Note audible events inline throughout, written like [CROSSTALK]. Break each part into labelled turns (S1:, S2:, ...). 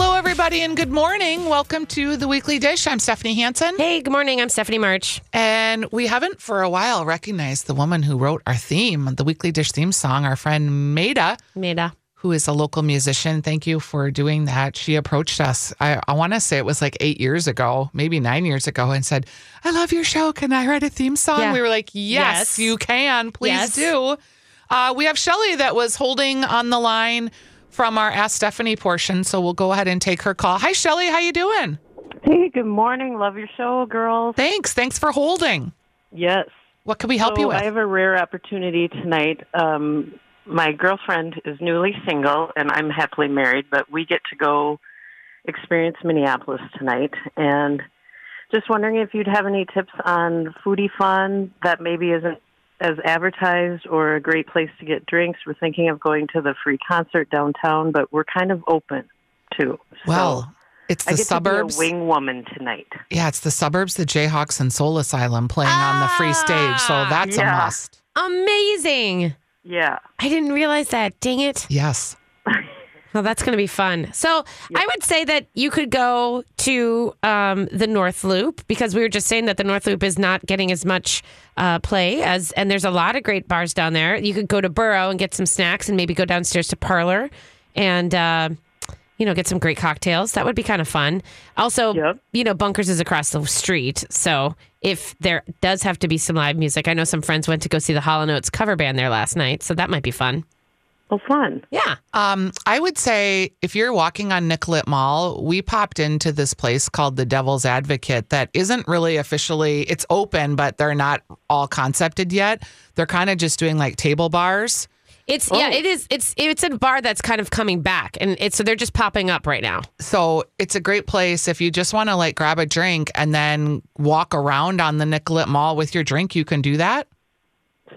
S1: everybody, and good morning. Welcome to the Weekly Dish. I'm Stephanie Hansen.
S2: Hey, good morning. I'm Stephanie March.
S1: And we haven't for a while recognized the woman who wrote our theme, the Weekly Dish theme song, our friend Maida,
S2: Meda.
S1: who is a local musician. Thank you for doing that. She approached us, I, I want to say it was like eight years ago, maybe nine years ago, and said, I love your show. Can I write a theme song?
S2: Yeah.
S1: We were like, yes,
S2: Yes.
S1: you can. Please
S2: Yes.
S1: do. Uh, we have Shelly that was holding on the line from our Ask Stephanie portion, so we'll go ahead and take her call. Hi, Shelly. How you doing?
S3: Hey, good morning. Love your show, girls.
S1: Thanks. Thanks for holding.
S3: Yes.
S1: What can we help
S3: so
S1: you with?
S3: Oh, I have a rare opportunity tonight. Um, my girlfriend is newly single, and I'm happily married, but we get to go experience Minneapolis tonight. And just wondering if you'd have any tips on foodie fun that maybe isn't as advertised or a great place to get drinks. We're thinking of going to the free concert downtown, but we're kind of open too. so
S1: well, it's
S3: I
S1: the
S3: get
S1: suburbs.
S3: to be a wing woman tonight.
S1: yeah, it's the suburbs, the Jayhawks and Soul Asylum playing on the free stage. So
S2: Ah,
S1: that's
S3: yeah.
S1: a must.
S2: Amazing.
S3: Yeah.
S2: I didn't realize that. Dang it.
S1: Yes.
S2: Well, that's going to be fun. So I would say that you could go to um, the North Loop because we were just saying that the North Loop is not getting as much uh, play as, and there's a lot of great bars down there. You could go to Burrow and get some snacks and maybe go downstairs to Parlor and, uh, you know, get some great cocktails. That would be kind of fun. Also,
S3: Yep.
S2: you know, Bunkers is across the street. So if there does have to be some live music, I know some friends went to go see the Hollow Notes cover band there last night. So that might be fun.
S3: Well, Oh, fun.
S2: Yeah.
S1: Um, I would say if you're walking on Nicollet Mall, we popped into this place called the Devil's Advocate that isn't really officially it's open, but they're not all concepted yet. They're kind of just doing like table bars.
S2: It's yeah, it is. It's it's a bar that's kind of coming back, and it's so they're just popping up right now.
S1: So it's a great place if you just want to like grab a drink and then walk around on the Nicollet Mall with your drink, you can do that.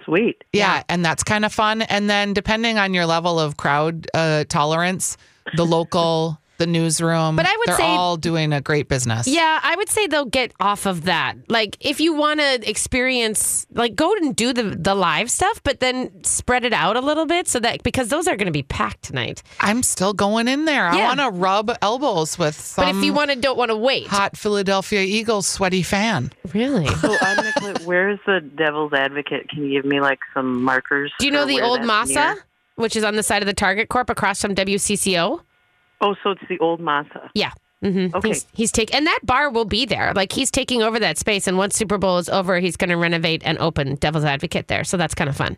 S3: Sweet.
S1: Yeah, and that's kind of fun. And then depending on your level of crowd uh, tolerance, the local, the newsroom,
S2: But I would
S1: they're
S2: say-
S1: all doing a great business.
S2: Yeah, I would say they'll get off of that. Like if you want to experience, like go and do the the live stuff, but then spread it out a little bit so that because those are going to be packed tonight.
S1: I'm still going in there. I
S2: Yeah.
S1: want to rub elbows with some
S2: But if you want to, don't want to wait.
S1: hot Philadelphia Eagles sweaty fan.
S2: [LAUGHS] Really?
S3: So on the clip, where's the devil's advocate? Can you give me like some markers?
S2: Do you know
S3: for
S2: the
S3: where
S2: old
S3: that's
S2: Masa,
S3: near?
S2: which is on the side of the Target Corp across from WCCO?
S3: Oh, so it's the old Masa.
S2: Yeah. hmm
S3: Okay.
S2: He's, he's taking, and that bar will be there. Like he's taking over that space. And once Super Bowl is over, he's going to renovate and open Devil's Advocate there. So that's kind of fun.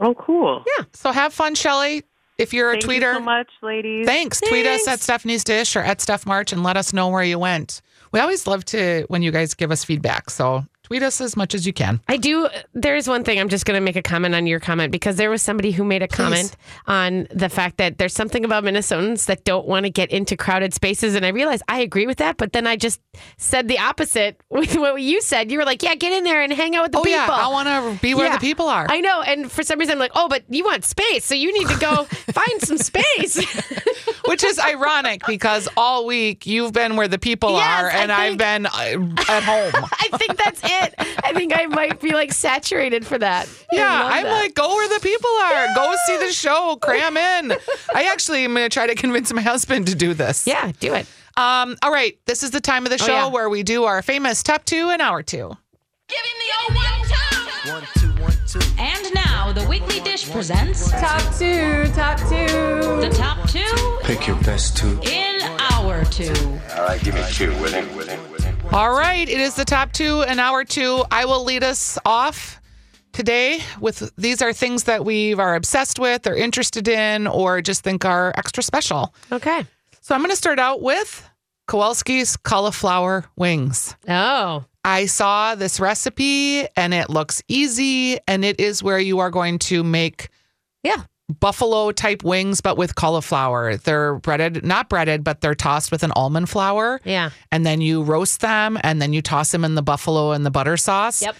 S3: Oh, cool. Yeah.
S1: So have fun, Shelly. If you're a
S3: Thank
S1: tweeter,
S3: you so much, ladies.
S1: Thanks. Tweet us
S2: Thanks.
S1: at Stephanie's Dish or at Steph March and let us know where you went. We always love to when you guys give us feedback. So tweet us as much as you can.
S2: I do. There is one thing I'm just going to make a comment on your comment because there was somebody who made a comment on the fact that there's something about Minnesotans that don't want to get into crowded spaces. And I realized I agree with that, but then I just said the opposite [LAUGHS] with what you said. You were like, yeah, get in there and hang out with the
S1: Oh,
S2: people.
S1: yeah. I want to be where
S2: Yeah.
S1: the people are.
S2: I know. And for some reason, I'm like, oh, but you want space. So you need
S1: [LAUGHS]
S2: to go find some space. [LAUGHS]
S1: Which is ironic because all week you've been where the people
S2: Yes,
S1: are
S2: I
S1: and I've
S2: think-
S1: been uh, at home.
S2: I think that's it. I think I might be like saturated for that. I
S1: Yeah,
S2: love
S1: I'm
S2: that.
S1: like, go where the people are. Go see the show. Cram in. I actually am going to try to convince my husband to do this.
S2: yeah, do it.
S1: Um, all right. This is the time of the show
S2: yeah.
S1: where we do our famous top two and hour two.
S4: Give him the old one time.
S5: One, two, one, two.
S4: And now the Weekly Dish presents
S6: Top two, top two.
S4: the top two
S5: Pick your best two.
S4: in our two.
S7: All right, give me two. Within, within, within.
S1: All right, it is the top two and hour two. I will lead us off today with these are things that we are obsessed with, or interested in, or just think are extra special.
S2: Okay.
S1: So I'm going to start out with Kowalski's cauliflower wings.
S2: Oh,
S1: I saw this recipe and it looks easy, and it is where you are going to make
S2: yeah.
S1: buffalo type wings, but with cauliflower. They're breaded, not breaded, but they're tossed with an almond flour.
S2: Yeah.
S1: And then you roast them and then you toss them in the buffalo and the butter sauce.
S2: Yep.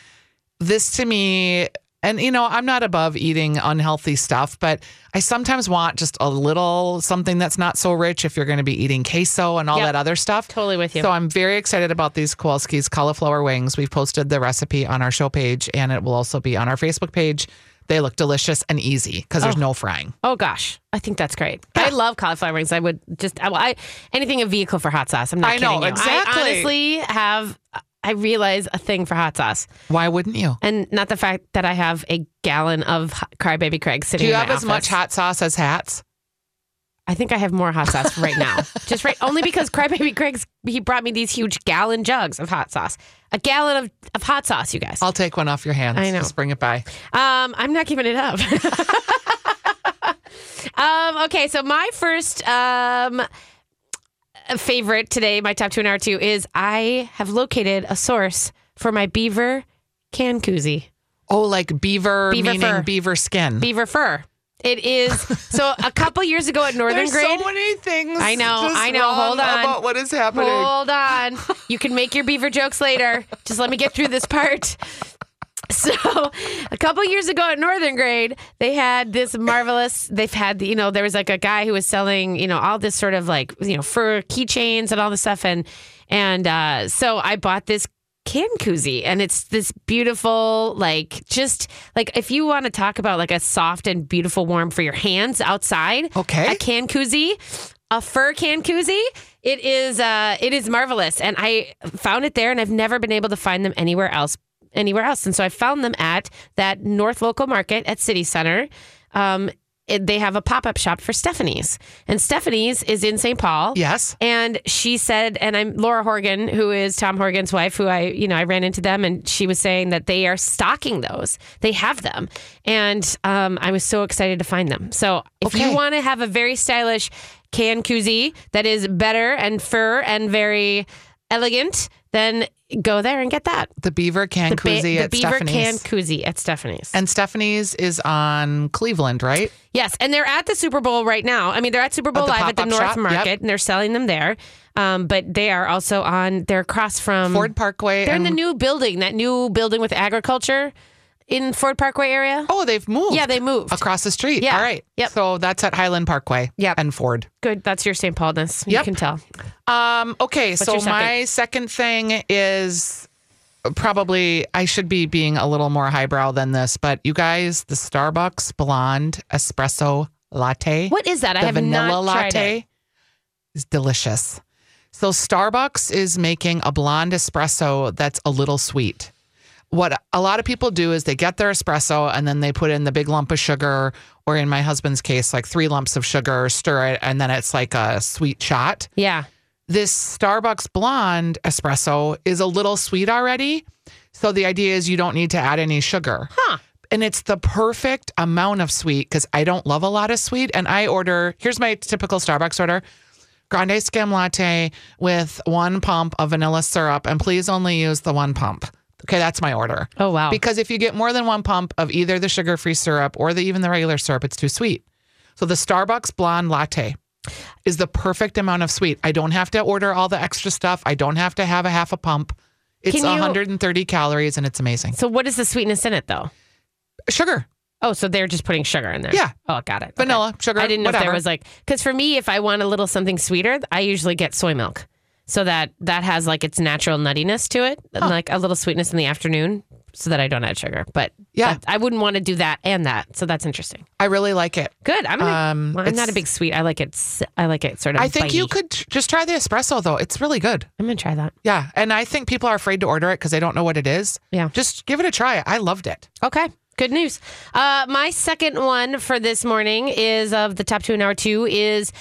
S1: This to me, and you know, I'm not above eating unhealthy stuff, but I sometimes want just a little something that's not so rich if you're going to be eating queso and all
S2: Yep.
S1: that other stuff.
S2: Totally with you.
S1: So I'm very excited about these Kowalski's cauliflower wings. We've posted the recipe on our show page and it will also be on our Facebook page. They look delicious and easy because there's
S2: Oh.
S1: no frying.
S2: Oh gosh, I think that's great. I love cauliflower rings. I would just I, I anything a vehicle for hot sauce. I'm not
S1: I know,
S2: kidding you.
S1: exactly.
S2: I honestly have I realize a thing for hot sauce,
S1: Why wouldn't you?
S2: and not the fact that I have a gallon of hot- Crybaby Craig sitting.
S1: Do you
S2: in my
S1: have as much
S2: office.
S1: hot sauce as hats?
S2: I think I have more hot sauce right
S1: [LAUGHS]
S2: now. just right, only because Crybaby Craig's he brought me these huge gallon jugs of hot sauce. A gallon of, of hot sauce, you guys.
S1: I'll take one off your hands.
S2: I know.
S1: Just bring it by.
S2: Um, I'm not giving it up. [LAUGHS] um, okay, so my first um, favorite today, my top two and hour two, is I have located a source for my beaver can koozie,
S1: Oh, like beaver,
S2: Beaver
S1: meaning
S2: fur.
S1: beaver skin.
S2: beaver fur. It is so a couple years
S1: [LAUGHS]
S2: ago at Northern
S1: There's
S2: Grade.
S1: so many things.
S2: I know,
S1: just
S2: I know.
S1: wrong
S2: Hold on.
S1: About what is happening?
S2: Hold on. You can make your beaver jokes later. Just let me get through this part. So, a couple years ago at Northern Grade, they had this marvelous. They've had, you know, there was like a guy who was selling, you know, all this sort of like, you know, fur keychains and all this stuff. And, and uh, so I bought this can koozie and it's this beautiful, like, just like if you want to talk about like a soft and beautiful warm for your hands outside,
S1: Okay.
S2: a can koozie, a fur can koozie. It is uh, it is marvelous, and I found it there, and I've never been able to find them anywhere else. Anywhere else, and so I found them at that North local market at City Center. Um, it, they have a pop up shop for Stephanie's, and Stephanie's is in St. Paul.
S1: Yes.
S2: And she said, and I'm Laura Horgan, who is Tom Horgan's wife, who I, you know, I ran into them and she was saying that they are stocking those. They have them. And um, I was so excited to find them. So if
S1: Okay.
S2: you want to have a very stylish can koozie that is better and fur and very elegant, then go there and get that.
S1: The beaver can
S2: The,
S1: koozie
S2: the
S1: at
S2: beaver
S1: Stephanie's.
S2: can koozie at Stephanie's.
S1: and Stephanie's is on Cleveland, right?
S2: Yes, and they're at the Super Bowl right now. I mean, they're at Super Bowl
S1: the
S2: Live at the
S1: pop-up
S2: North
S1: shop, yep.
S2: Market, and they're selling them there. Um, but they are also on. They're across from
S1: Ford Parkway. Um,
S2: They're in
S1: and,
S2: the new building, that new building with agriculture in Ford Parkway area.
S1: Oh, they've moved.
S2: Yeah, they moved.
S1: across the street.
S2: Yeah.
S1: All right.
S2: Yep.
S1: So that's at Highland Parkway.
S2: Yep.
S1: And Ford.
S2: Good, that's your St. Paulness. You
S1: Yep.
S2: can tell.
S1: Um, okay, so
S2: your second?
S1: my second thing is probably I should be being a little more highbrow than this, but you guys, the Starbucks blonde espresso latte,
S2: What is that?
S1: the
S2: I have
S1: vanilla
S2: not tried it.
S1: latte is delicious. So Starbucks is making a blonde espresso that's a little sweet. What a lot of people do is they get their espresso and then they put in the big lump of sugar, or in my husband's case, like three lumps of sugar, stir it, and then it's like a sweet shot
S2: Yeah.
S1: this Starbucks blonde espresso is a little sweet already. So the idea is you don't need to add any sugar. Huh. And it's the perfect amount of sweet because I don't love a lot of sweet. And I order here's my typical Starbucks order grande skim latte with one pump of vanilla syrup. And please only use the one pump. Okay, that's my order.
S2: Oh wow.
S1: Because if you get more than one pump of either the sugar free syrup or the, even the regular syrup, it's too sweet. So the Starbucks blonde latte is the perfect amount of sweet. I don't have to order all the extra stuff. I don't have to have a half a pump. It's
S2: Can you-
S1: 130 calories and it's amazing.
S2: so what is the sweetness in it though?
S1: Sugar,
S2: Oh, so they're just putting sugar in there.
S1: Yeah.
S2: Oh, got it. Okay.
S1: vanilla, sugar.
S2: I didn't know
S1: whatever.
S2: if there was like because for me, if I want a little something sweeter, I usually get soy milk, so that that has like its natural nuttiness to it, and, like a little sweetness in the afternoon, so that I don't add sugar. But
S1: Yeah.
S2: that- I wouldn't want to do that and that. So that's interesting.
S1: I really like it.
S2: Good. I'm. Gonna,
S1: Um,
S2: well, I'm not
S1: it's-
S2: a big sweet. I like it. s- I like it sort of.
S1: I think you
S2: bitey.
S1: could tr- just try the espresso though. It's really good.
S2: I'm gonna try that.
S1: Yeah. And I think people are afraid to order it because they don't know what it is.
S2: Yeah.
S1: Just give it a try. I loved it.
S2: Okay. Good news. Uh, my second one for this morning is of the top two and hour two is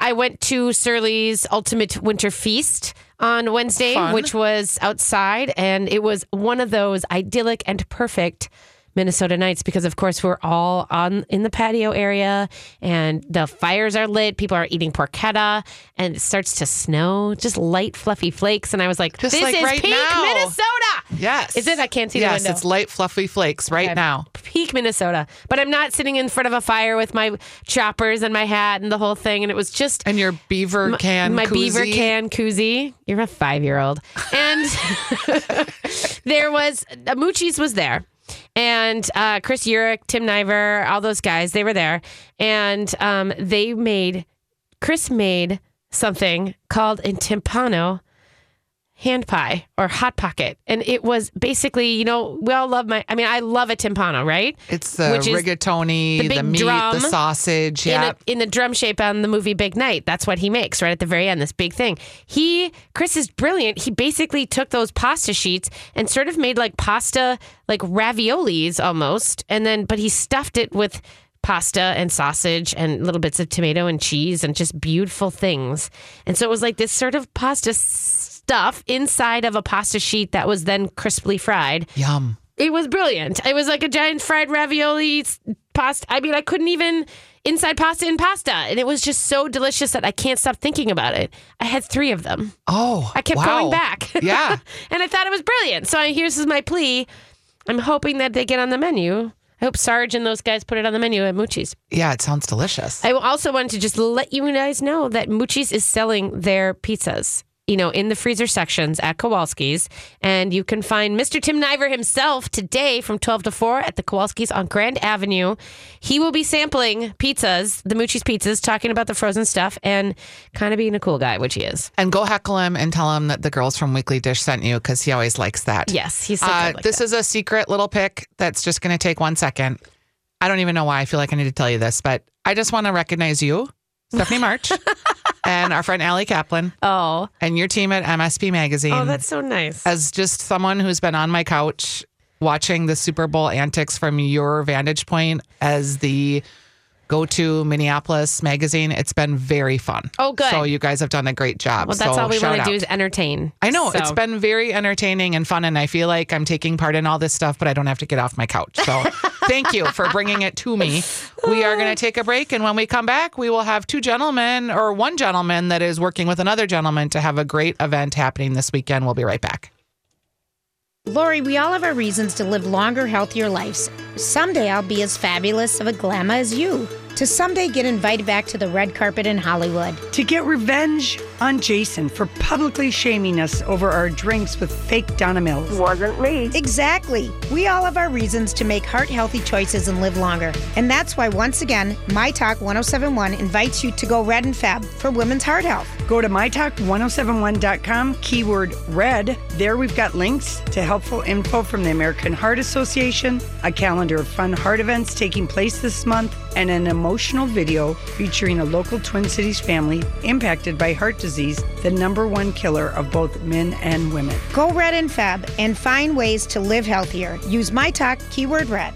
S2: I went to Surly's Ultimate Winter Feast on Wednesday,
S1: Fun.
S2: which was outside, and it was one of those idyllic and perfect Minnesota nights because, of course, we're all on in the patio area, and the fires are lit. People are eating porchetta, and it starts to snow, just light, fluffy flakes. And I was like,
S1: Just
S2: "This
S1: like
S2: is
S1: right
S2: peak
S1: now.
S2: Minnesota."
S1: Yes.
S2: Is it? I can't see the
S1: yes,
S2: window.
S1: it's light, fluffy flakes right now.
S2: peak Minnesota. But I'm not sitting in front of a fire with my choppers and my hat and the whole thing. And it was just
S1: And your beaver can
S2: my beaver
S1: koozie.
S2: can koozie. You're a five year old. And [LAUGHS] there was uh, Moochie's was there. And uh, Chris Yurick, Tim Niver, all those guys, they were there. And um, they made Chris made something called in timpano hand pie or hot pocket. And it was basically, you know, we all love my, I mean, I love a timpano, right?
S1: It's the
S2: Which is
S1: rigatoni, the,
S2: the big
S1: meat,
S2: drum
S1: the sausage.
S2: in,
S1: Yep.
S2: a, in the drum shape on the movie Big Night. That's what he makes right at the very end, this big thing. He, Chris is brilliant. He basically took those pasta sheets and sort of made like pasta, like raviolis almost. And then, but he stuffed it with pasta and sausage and little bits of tomato and cheese and just beautiful things. And so it was like this sort of pasta stuff inside of a pasta sheet that was then crisply fried.
S1: Yum.
S2: It was brilliant. It was like a giant fried ravioli s- pasta. I mean, I couldn't even inside pasta in pasta, and it was just so delicious that I can't stop thinking about it. I had three of them.
S1: Oh,
S2: I kept
S1: wow.
S2: going back. [LAUGHS]
S1: Yeah.
S2: and I thought it was brilliant. So I, here's is my plea. I'm hoping that they get on the menu. I hope Sarge and those guys put it on the menu at Moochie's.
S1: Yeah, it sounds delicious.
S2: I also wanted to just let you guys know that Moochie's is selling their pizzas, you know, in the freezer sections at Kowalski's. And you can find Mr. Tim Niver himself today from 12 to 4 at the Kowalski's on Grand Avenue. He will be sampling pizzas, the Moochie's pizzas, talking about the frozen stuff and kind of being a cool guy, which he is.
S1: and go heckle him and tell him that the girls from Weekly Dish sent you because he always likes that.
S2: Yes, he's so
S1: Uh,
S2: good like
S1: this
S2: that.
S1: is a secret little pick that's just going to take one second. I don't even know why I feel like I need to tell you this, but I just want to recognize you, Stephanie
S2: [LAUGHS]
S1: March, and our friend Allie Kaplan,
S2: Oh,
S1: and your team at MSP Magazine.
S2: oh, that's so nice.
S1: as just someone who's been on my couch watching the Super Bowl antics from your vantage point as the go to Minneapolis magazine, it's been very fun.
S2: Oh, good.
S1: So you guys have done a great job.
S2: well, that's
S1: So
S2: all we
S1: shout
S2: want to
S1: out.
S2: do is entertain.
S1: I know
S2: So-
S1: it's been very entertaining and fun, and I feel like I'm taking part in all this stuff, but I don't have to get off my couch. So,
S2: [LAUGHS]
S1: thank you for bringing it to me. We are going to take a break, and when we come back, we will have two gentlemen or one gentleman that is working with another gentleman to have a great event happening this weekend. We'll be right back.
S5: Lori, we all have our reasons to live longer, healthier lives. Someday I'll be as fabulous of a glamour as you. To someday get invited back to the red carpet in Hollywood.
S8: To get revenge on Jason for publicly shaming us over our drinks with fake Donna Mills.
S9: Wasn't me.
S5: Exactly. We all have our reasons to make heart healthy choices and live longer. And that's why, once again, My Talk 1071 invites you to go red and fab for women's heart health.
S8: Go to mytalk1071.com, keyword red. There we've got links to helpful info from the American Heart Association, a calendar of fun heart events taking place this month, and an emotional video featuring a local Twin Cities family impacted by heart disease, the number one killer of both men and women.
S5: Go red and fab and find ways to live healthier. Use My Talk, keyword red.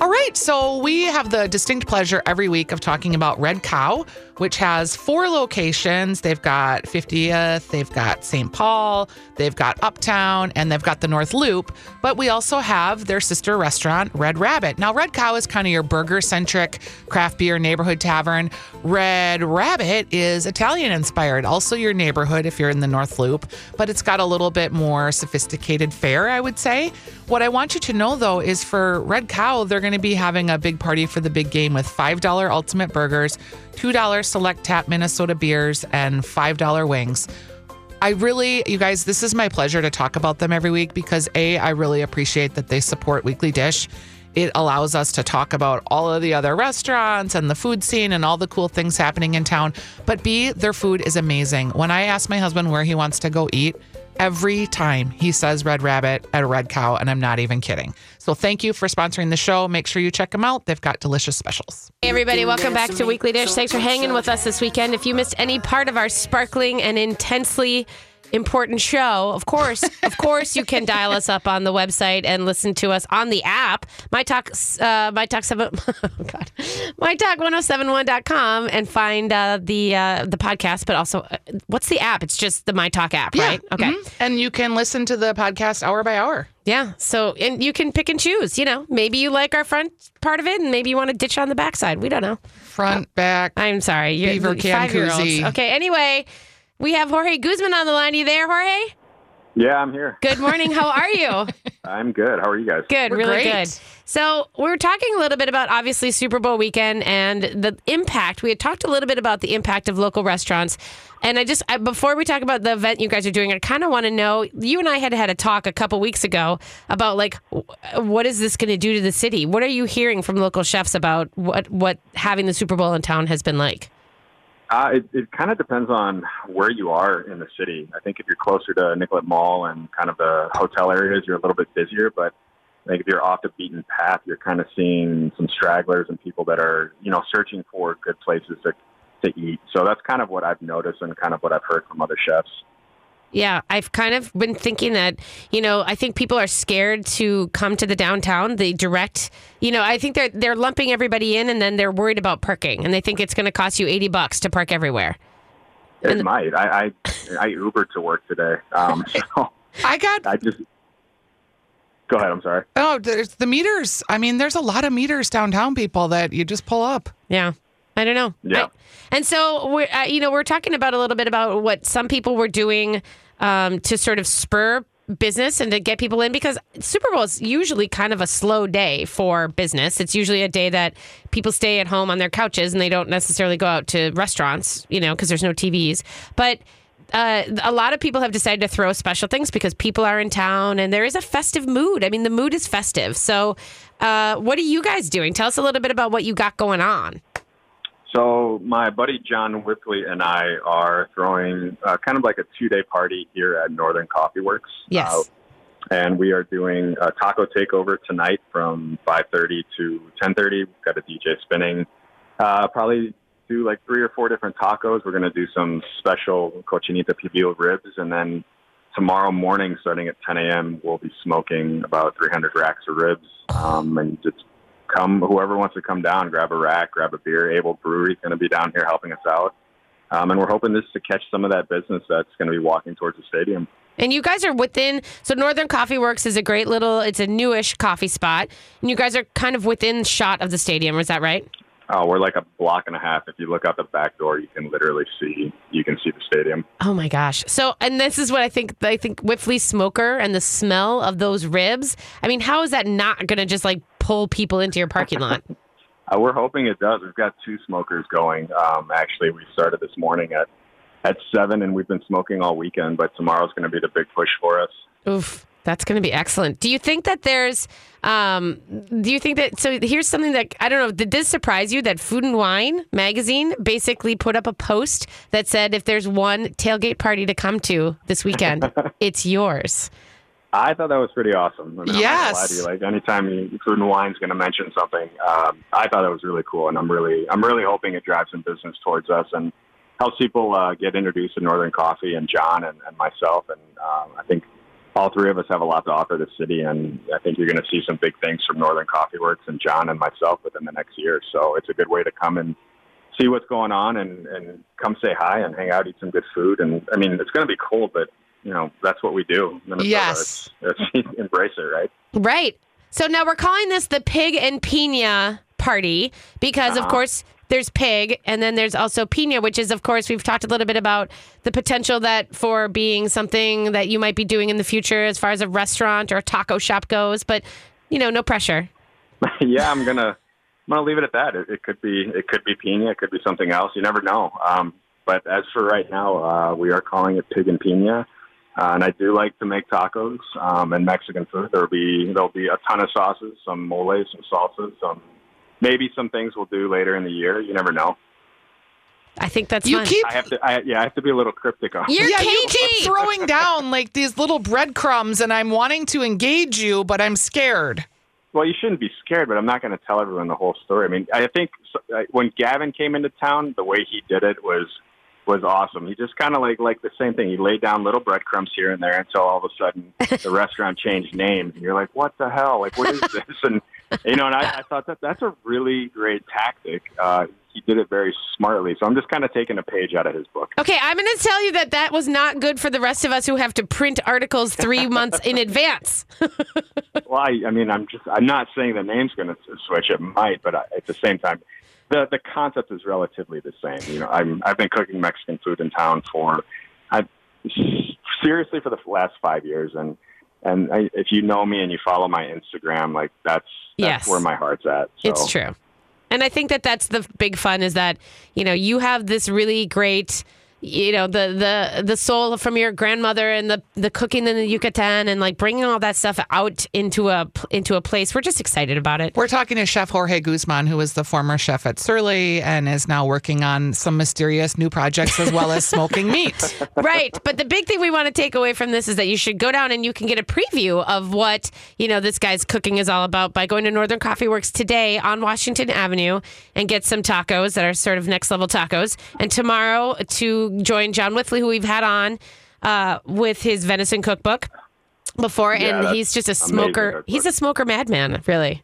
S1: All right, so we have the distinct pleasure every week of talking about Red Cow, which has four locations. They've got 50th, they've got St. Paul, they've got Uptown, and they've got the North Loop. But we also have their sister restaurant, Red Rabbit. Now, Red Cow is kind of your burger centric craft beer neighborhood tavern. Red Rabbit is Italian inspired, also your neighborhood if you're in the North Loop, but it's got a little bit more sophisticated fare, I would say. What I want you to know though is for Red Cow, they're going to be having a big party for the big game with $5 Ultimate Burgers, $2 Select Tap Minnesota Beers, and $5 Wings. I really, you guys, this is my pleasure to talk about them every week because A, I really appreciate that they support Weekly Dish. It allows us to talk about all of the other restaurants and the food scene and all the cool things happening in town. But B, their food is amazing. When I ask my husband where he wants to go eat, every time he says Red Rabbit at a Red Cow, and I'm not even kidding. So thank you for sponsoring the show. Make sure you check them out. They've got delicious specials.
S2: Hey everybody, welcome back to Weekly Dish. Thanks for hanging with us this weekend. If you missed any part of our sparkling and intensely important show, of course, of course, you can dial us up on the website and listen to us on the app. My talk, uh, my talk seven, [LAUGHS] oh God, my talk 1071.com and find uh, the uh, the podcast. But also, uh, what's the app? It's just the My Talk app, right? Okay.
S1: Mhm. And you can listen to the podcast hour by hour.
S2: Yeah. So, and you can pick and choose. You know, maybe you like our front part of it, and maybe you want to ditch on the backside. We don't know.
S1: Front, back.
S2: I'm sorry. You're
S1: Beaver can
S2: five-year-olds.
S1: koozie.
S2: Okay. Anyway, we have Jorge Guzman on the line. Are you there, Jorge?
S9: Yeah, I'm here.
S2: Good morning. How
S1: [LAUGHS]
S2: are you?
S9: I'm good. How are you guys?
S2: Good. really
S1: great.
S2: good. So we were talking a little bit about obviously Super Bowl weekend and the impact. We had talked a little bit about the impact of local restaurants. And I just I, before we talk about the event you guys are doing, I kind of want to know. You and I had had a talk a couple weeks ago about like wh- what is this going to do to the city? What are you hearing from local chefs about what what having the Super Bowl in town has been like?
S9: Uh, it it kind of depends on where you are in the city. I think if you're closer to Nicollet Mall and kind of the hotel areas, you're a little bit busier. But I think if you're off the beaten path, you're kind of seeing some stragglers and people that are you know searching for good places to to eat. So that's kind of what I've noticed and kind of what I've heard from other chefs.
S2: Yeah, I've kind of been thinking that, you know, I think people are scared to come to the downtown, the direct, you know, I think they're they're lumping everybody in and then they're worried about parking and they think it's going to cost you 80 bucks to park everywhere.
S9: It might. I I, I Ubered to work today. Um, so
S1: I got
S9: I just go ahead. I'm sorry.
S1: oh, there's the meters. I mean, there's a lot of meters downtown, people that you just pull up.
S2: Yeah. I don't know.
S9: Yeah.
S2: I- and so we're, uh, you know, we're talking about a little bit about what some people were doing um, to sort of spur business and to get people in because Super Bowl is usually kind of a slow day for business. It's usually a day that people stay at home on their couches and they don't necessarily go out to restaurants, you know, because there's no TVs. But uh, a lot of people have decided to throw special things because people are in town and there is a festive mood. I mean, the mood is festive. So, uh, what are you guys doing? Tell us a little bit about what you got going on.
S9: So my buddy John Whipley and I are throwing uh, kind of like a two-day party here at Northern Coffee Works.
S2: Yes.
S9: Uh, and we are doing a taco takeover tonight from 5:30 to 10:30. We've got a DJ spinning. Uh, probably do like three or four different tacos. We're going to do some special cochinita pibil ribs, and then tomorrow morning, starting at 10 a.m., we'll be smoking about 300 racks of ribs. Um, and just come, whoever wants to come down, grab a rack, grab a beer. Abel Brewery's going to be down here helping us out. Um, and we're hoping this to catch some of that business that's going to be walking towards the stadium.
S2: And you guys are within, so Northern Coffee Works is a great little, it's a newish coffee spot. And you guys are kind of within shot of the stadium, is that right?
S9: Oh, we're like a block and a half. If you look out the back door, you can literally see you can see the stadium.
S2: Oh my gosh. So, and this is what I think, I think Whiffley Smoker and the smell of those ribs. I mean, how is that not going to just like pull people into your parking lot?
S9: Uh, we're hoping it does. We've got two smokers going. Um, actually, we started this morning at at seven, and we've been smoking all weekend. But tomorrow's going to be the big push for us.
S2: Oof, that's going to be excellent. Do you think that there's, um, do you think that, so here's something that, I don't know, did this surprise you that Food and Wine magazine basically put up a post that said if there's one tailgate party to come to this weekend, it's yours?
S9: I thought that was pretty awesome. I mean, I'm not gonna
S1: Yes.
S9: lie to you. Like anytime you, Food and Wine's going to mention something, um, I thought it was really cool, and I'm really, I'm really hoping it drives some business towards us and helps people uh, get introduced to Northern Coffee and John and, and myself. And um, I think all three of us have a lot to offer the city, and I think you're going to see some big things from Northern Coffee Works and John and myself within the next year. So it's a good way to come and see what's going on and, and come say hi and hang out, eat some good food. And I mean, it's going to be cold, but you know, that's what we do. in Minnesota.
S1: Yes.
S9: [LAUGHS] It's, it's uh, embrace it, right? [LAUGHS]
S2: Right. So now we're calling this the pig and pina party because,
S1: Uh-huh.
S2: of course, there's pig and then there's also pina, which is, of course, we've talked a little bit about the potential that for being something that you might be doing in the future as far as a restaurant or a taco shop goes. But, you know, no pressure.
S9: yeah, I'm gonna, I'm gonna leave it at that. It, it could be, it could be pina, it could be something else. You never know. Um, but as for right now, uh, we are calling it pig and pina. Uh, and I do like to make tacos um, and Mexican food. There'll be there'll be a ton of sauces, some mole, some salsas, some maybe some things we'll do later in the year. You never know.
S2: I think that's
S1: You
S2: fun.
S1: keep
S9: I have to. I, yeah, I have to be a little cryptic on.
S2: You're
S1: yeah, you
S2: cagey.
S1: keep throwing down like these little breadcrumbs, and I'm wanting to engage you, but I'm scared.
S9: Well, you shouldn't be scared, but I'm not going to tell everyone the whole story. I mean, I think so- I- when Gavin came into town, the way he did it was was awesome. He just kind of like like the same thing. He laid down little breadcrumbs here and there until all of a sudden the restaurant changed names, and you're like, "What the hell? Like, what is this?" And you know, and I, I thought that that's a really great tactic. Uh, he did it very smartly, so I'm just kind of taking a page out of his book.
S2: Okay, I'm going to tell you that that was not good for the rest of us who have to print articles three
S1: [LAUGHS]
S2: months in advance.
S9: Well, I, I mean, I'm just I'm not saying the name's going to switch. It might, but I, at the same time, the the concept is relatively the same. You know, I'm I've been cooking Mexican food in town for, I seriously for the last five years, and and I, if you know me and you follow my Instagram, like that's that's
S2: Yes.
S9: where my heart's at. So.
S2: It's true. And I think that that's the big fun is that, you know, you have this really great you know the the the soul from your grandmother and the the cooking in the Yucatan and like bringing all that stuff out into a pl- into a place. We're just excited about it.
S1: We're talking to Chef Jorge Guzman, who is the former chef at Surly and is now working on some mysterious new projects as well as smoking meat.
S2: right, but the big thing we want to take away from this is that you should go down and you can get a preview of what you know this guy's cooking is all about by going to Northern Coffee Works today on Washington Avenue and get some tacos that are sort of next level tacos, and tomorrow to join John Withley, who we've had on uh, with his venison cookbook before,
S9: Yeah,
S2: and
S9: that's
S2: he's just a
S9: amazing
S2: smoker.
S9: cookbook.
S2: He's a smoker madman, really.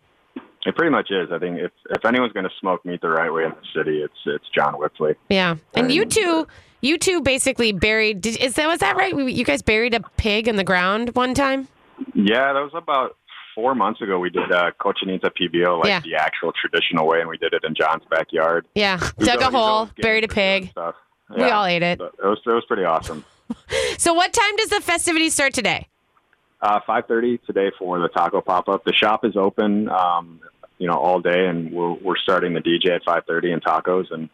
S9: It pretty much is. I think if if anyone's going to smoke meat the right way in the city, it's it's John Whipley.
S2: Yeah, and you
S9: I'm-
S2: two, you two basically buried. Did, is that was that right? You guys buried a pig in the ground one time.
S9: Yeah, that was about four months ago. We did uh, cochinita PBO, like
S2: Yeah.
S9: the actual traditional way, and we did it in John's backyard. [LAUGHS]
S2: Yeah,
S9: He's
S2: dug a
S9: always- he's
S2: hole,
S9: always game
S2: buried a
S9: for doing
S2: pig.
S9: stuff.
S2: We
S9: Yeah.
S2: all ate it.
S9: But It was it was pretty awesome.
S2: So, what time does the festivities start today?
S9: Uh, Five thirty today for the taco pop up. The shop is open, um, you know, all day, and we're we're starting the DJ at five thirty and tacos, and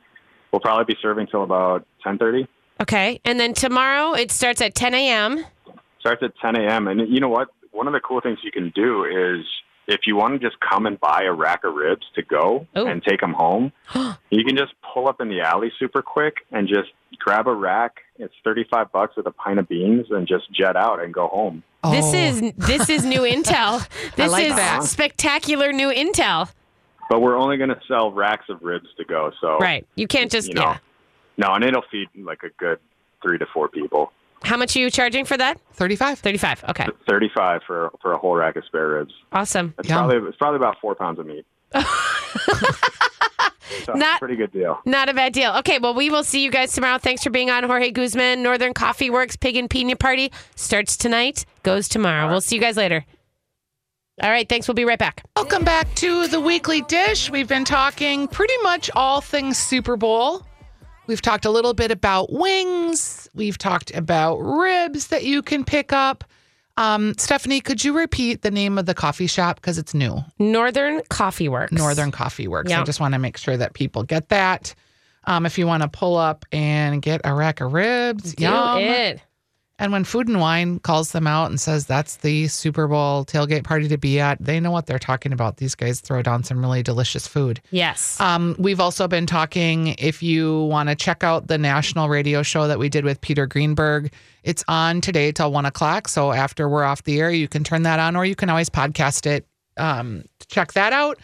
S9: we'll probably be serving till about ten thirty.
S2: Okay, and then tomorrow it starts at 10 a.m.
S9: starts at 10 a.m. And you know what? One of the cool things you can do is if you want to just come and buy a rack of ribs to go
S2: Ooh.
S9: and take
S2: [GASPS]
S9: them home, you can just pull up in the alley super quick and just grab a rack. It's 35 bucks with a pint of beans and just jet out and go home.
S2: This
S1: Oh.
S2: is this
S1: [LAUGHS]
S2: is new intel. This
S1: like
S2: is
S1: that.
S2: spectacular new intel.
S9: Oh, But we're only going to sell racks of ribs to go. So,
S2: Right, you can't just.
S9: you know,
S2: yeah.
S9: no, and it'll feed like a good three to four people.
S2: How much are you charging for that?
S1: 35.
S2: 35. Okay,
S9: 35 for, for a whole rack of spare ribs.
S2: awesome.
S9: It's,
S1: Yum.
S9: probably, it's probably about four pounds of meat. so,
S2: Not-
S9: pretty good deal.
S2: Not a bad deal. Okay, well, we will see you guys tomorrow. Thanks for being on, Jorge Guzman. Northern Coffee Works Pig and Pina Party starts tonight, goes tomorrow. We'll see you guys later. All right, thanks. We'll be right back.
S1: Welcome back to the weekly dish. We've been talking pretty much all things Super Bowl. We've talked a little bit about wings. We've talked about ribs that you can pick up. Um, Stephanie, could you repeat the name of the coffee shop because it's new?
S2: Northern Coffee Works.
S1: Northern Coffee Works.
S2: Yeah.
S1: I just want to make sure that people get that. Um, if you want to pull up and get a rack of ribs,
S2: Do
S1: yum.
S2: it.
S1: And when Food and Wine calls them out and says that's the Super Bowl tailgate party to be at, they know what they're talking about. These guys throw down some really delicious food.
S2: Yes.
S1: Um, we've also been talking. If you want to check out the national radio show that we did with Peter Greenberg, it's on today till one o'clock. So after we're off the air, you can turn that on, or you can always podcast it. Um, check that out.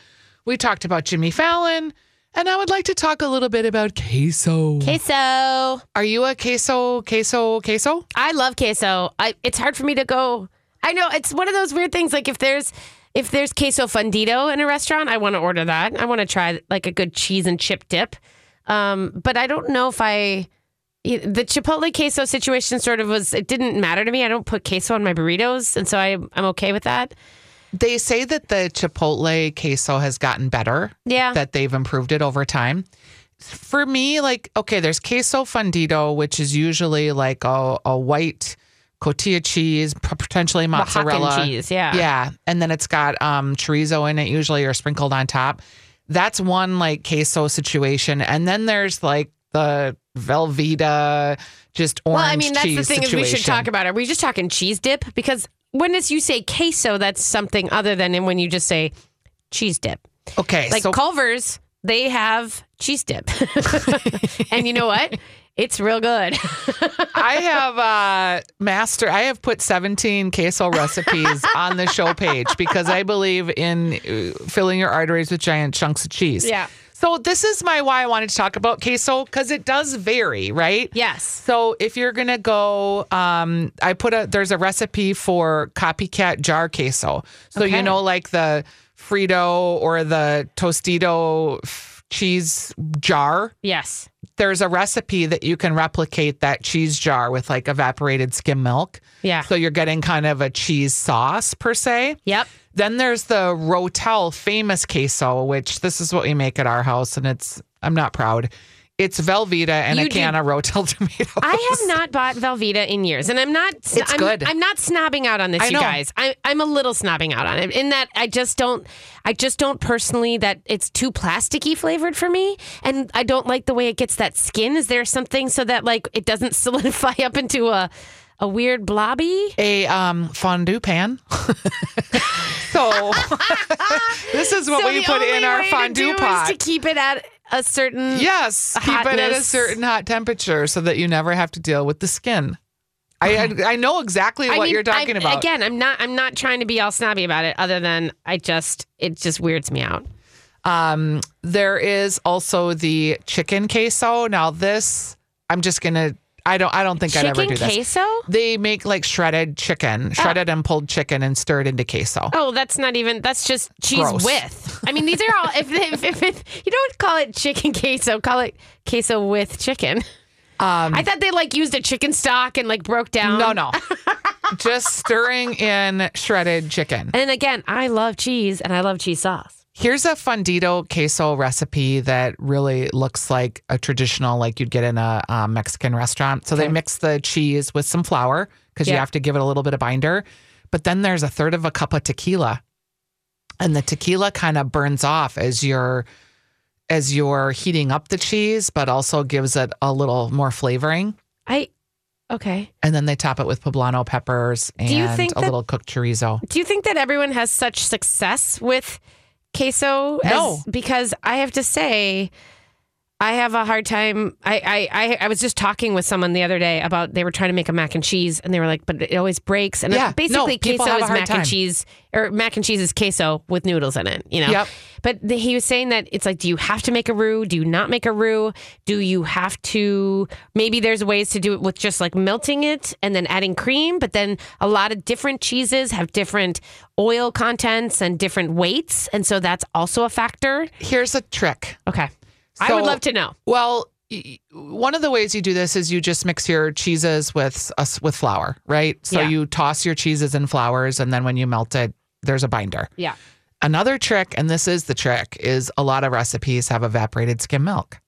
S1: We talked about Jimmy Fallon, and I would like to talk a little bit about queso.
S2: queso. I
S1: Are you a queso, queso, queso?
S2: love queso. I, it's hard for me to go. I know it's one of those weird things. Like if there's if there's queso fundido in a restaurant, I want to order that. I want to try like a good cheese and chip dip. Um, but I don't know if I. The Chipotle queso situation sort of was, it didn't matter to me. I don't put queso on my burritos. And so I, I'm okay with that.
S1: They say that the Chipotle queso has gotten better.
S2: Yeah.
S1: that they've improved it over time. For me, like, okay, there's queso fundido, which is usually like a, a white cotija cheese, p- potentially mozzarella.
S2: Oaxacan cheese. Yeah.
S1: Yeah. And then it's got um, chorizo in it, usually, or sprinkled on top. That's one like queso situation. And then there's like the Velveeta, just orange
S2: Well, I mean, that's the
S1: cheese
S2: thing is we should
S1: situation.
S2: talk about it. Are we just talking cheese dip? Because when it's you say queso, that's something other than when you just say cheese dip.
S1: Okay.
S2: Like
S1: so
S2: Culver's, they have cheese dip. [LAUGHS] and you know what? It's real good. [LAUGHS]
S1: I have uh, master. I have put seventeen queso
S2: [LAUGHS]
S1: recipes on the show page because I believe in uh, filling your arteries with giant chunks of cheese.
S2: Yeah.
S1: So this is my why I wanted to talk about queso because it does vary, right?
S2: yes.
S1: So if you're gonna go, um, I put a there's a recipe for copycat jar queso. So
S2: Okay.
S1: you know, like the Frito or the Tostito f- cheese jar
S2: Yes.
S1: there's a recipe that you can replicate that cheese jar with like evaporated skim milk.
S2: Yeah.
S1: So you're getting kind of a cheese sauce per se.
S2: Yep.
S1: Then there's the Rotel famous queso, which this is what we make at our house, and it's I'm not proud. It's Velveeta and
S2: You
S1: a
S2: do-
S1: can of Rotel [LAUGHS] tomatoes.
S2: I have not bought Velveeta in years, and I'm not.
S1: It's
S2: I'm,
S1: good.
S2: I'm not snobbing out on this,
S1: I
S2: you
S1: know.
S2: guys. I, I'm a little snobbing out on it in that I just don't. I just don't personally that it's too plasticky flavored for me, and I don't like the way it gets that skin. Is there something so that like it doesn't [LAUGHS] solidify up into a a weird blobby?
S1: a um, fondue pan. [LAUGHS]
S2: [LAUGHS]
S1: so this is what
S2: so
S1: we
S2: the
S1: put in
S2: only
S1: our
S2: way to
S1: fondue
S2: do
S1: pot.
S2: is to keep it at a certain. [LAUGHS]
S1: yes, keep it at a
S2: hotness.
S1: certain hot temperature so that you never have to deal with the skin. I I, I know exactly what you're talking
S2: I'm-
S1: about.
S2: Again, I'm not. I'm not trying to be all snobby about it. Other than I just, it just weirds me out.
S1: Um, there is also the chicken queso. Now this, I'm just gonna. I don't. I don't think I'd ever
S2: Chicken
S1: do this.
S2: queso?
S1: They make like shredded chicken, shredded and pulled chicken, and stirred into queso.
S2: Oh, that's not even. That's just cheese
S1: Gross.
S2: with. I mean, these are all. If, if, if, if you don't call it chicken queso, call it queso with chicken.
S1: Um,
S2: I thought they like used a chicken stock and like broke down.
S1: no,
S2: [LAUGHS]
S1: no, just stirring in shredded chicken.
S2: And again, I love cheese and I love cheese sauce.
S1: Here's a fundido queso recipe that really looks like a traditional, like you'd get in a um, Mexican restaurant. So they mix the cheese with some flour because you
S2: Yeah.
S1: have to give it a little bit of binder. But then there's a third of a cup of tequila, and the tequila kind of burns off as you're as you're heating up the cheese, but also gives it a little more flavoring.
S2: I okay.
S1: And then they top it with poblano peppers and
S2: you think
S1: a
S2: that-
S1: little cooked chorizo.
S2: Do you think that everyone has such success with queso?
S1: No.
S2: because I have to say, I have a hard time. I, I, I, I was just talking with someone the other day about they were trying to make a mac and cheese, and they were like, "But it always breaks." And
S1: Yeah, no,
S2: basically,
S1: people have
S2: queso
S1: a
S2: is
S1: hard
S2: mac
S1: time.
S2: and cheese, or mac and cheese is queso with noodles in it. You know.
S1: Yep.
S2: But the, he was saying that it's like, do you have to make a roux? Do you not make a roux? Do you have to? Maybe there's ways to do it with just like melting it and then adding cream. But then a lot of different cheeses have different oil contents and different weights, and so that's also a factor.
S1: Here's a trick.
S2: Okay, I would
S1: So-
S2: love to know.
S1: Well, y- one of the ways you do this is you just mix your cheeses with us with flour, right? So
S2: Yeah.
S1: you toss your cheeses in flours, and then when you melt it, there's a binder.
S2: Yeah.
S1: Another trick, and this is the trick, is a lot of recipes have evaporated skim milk.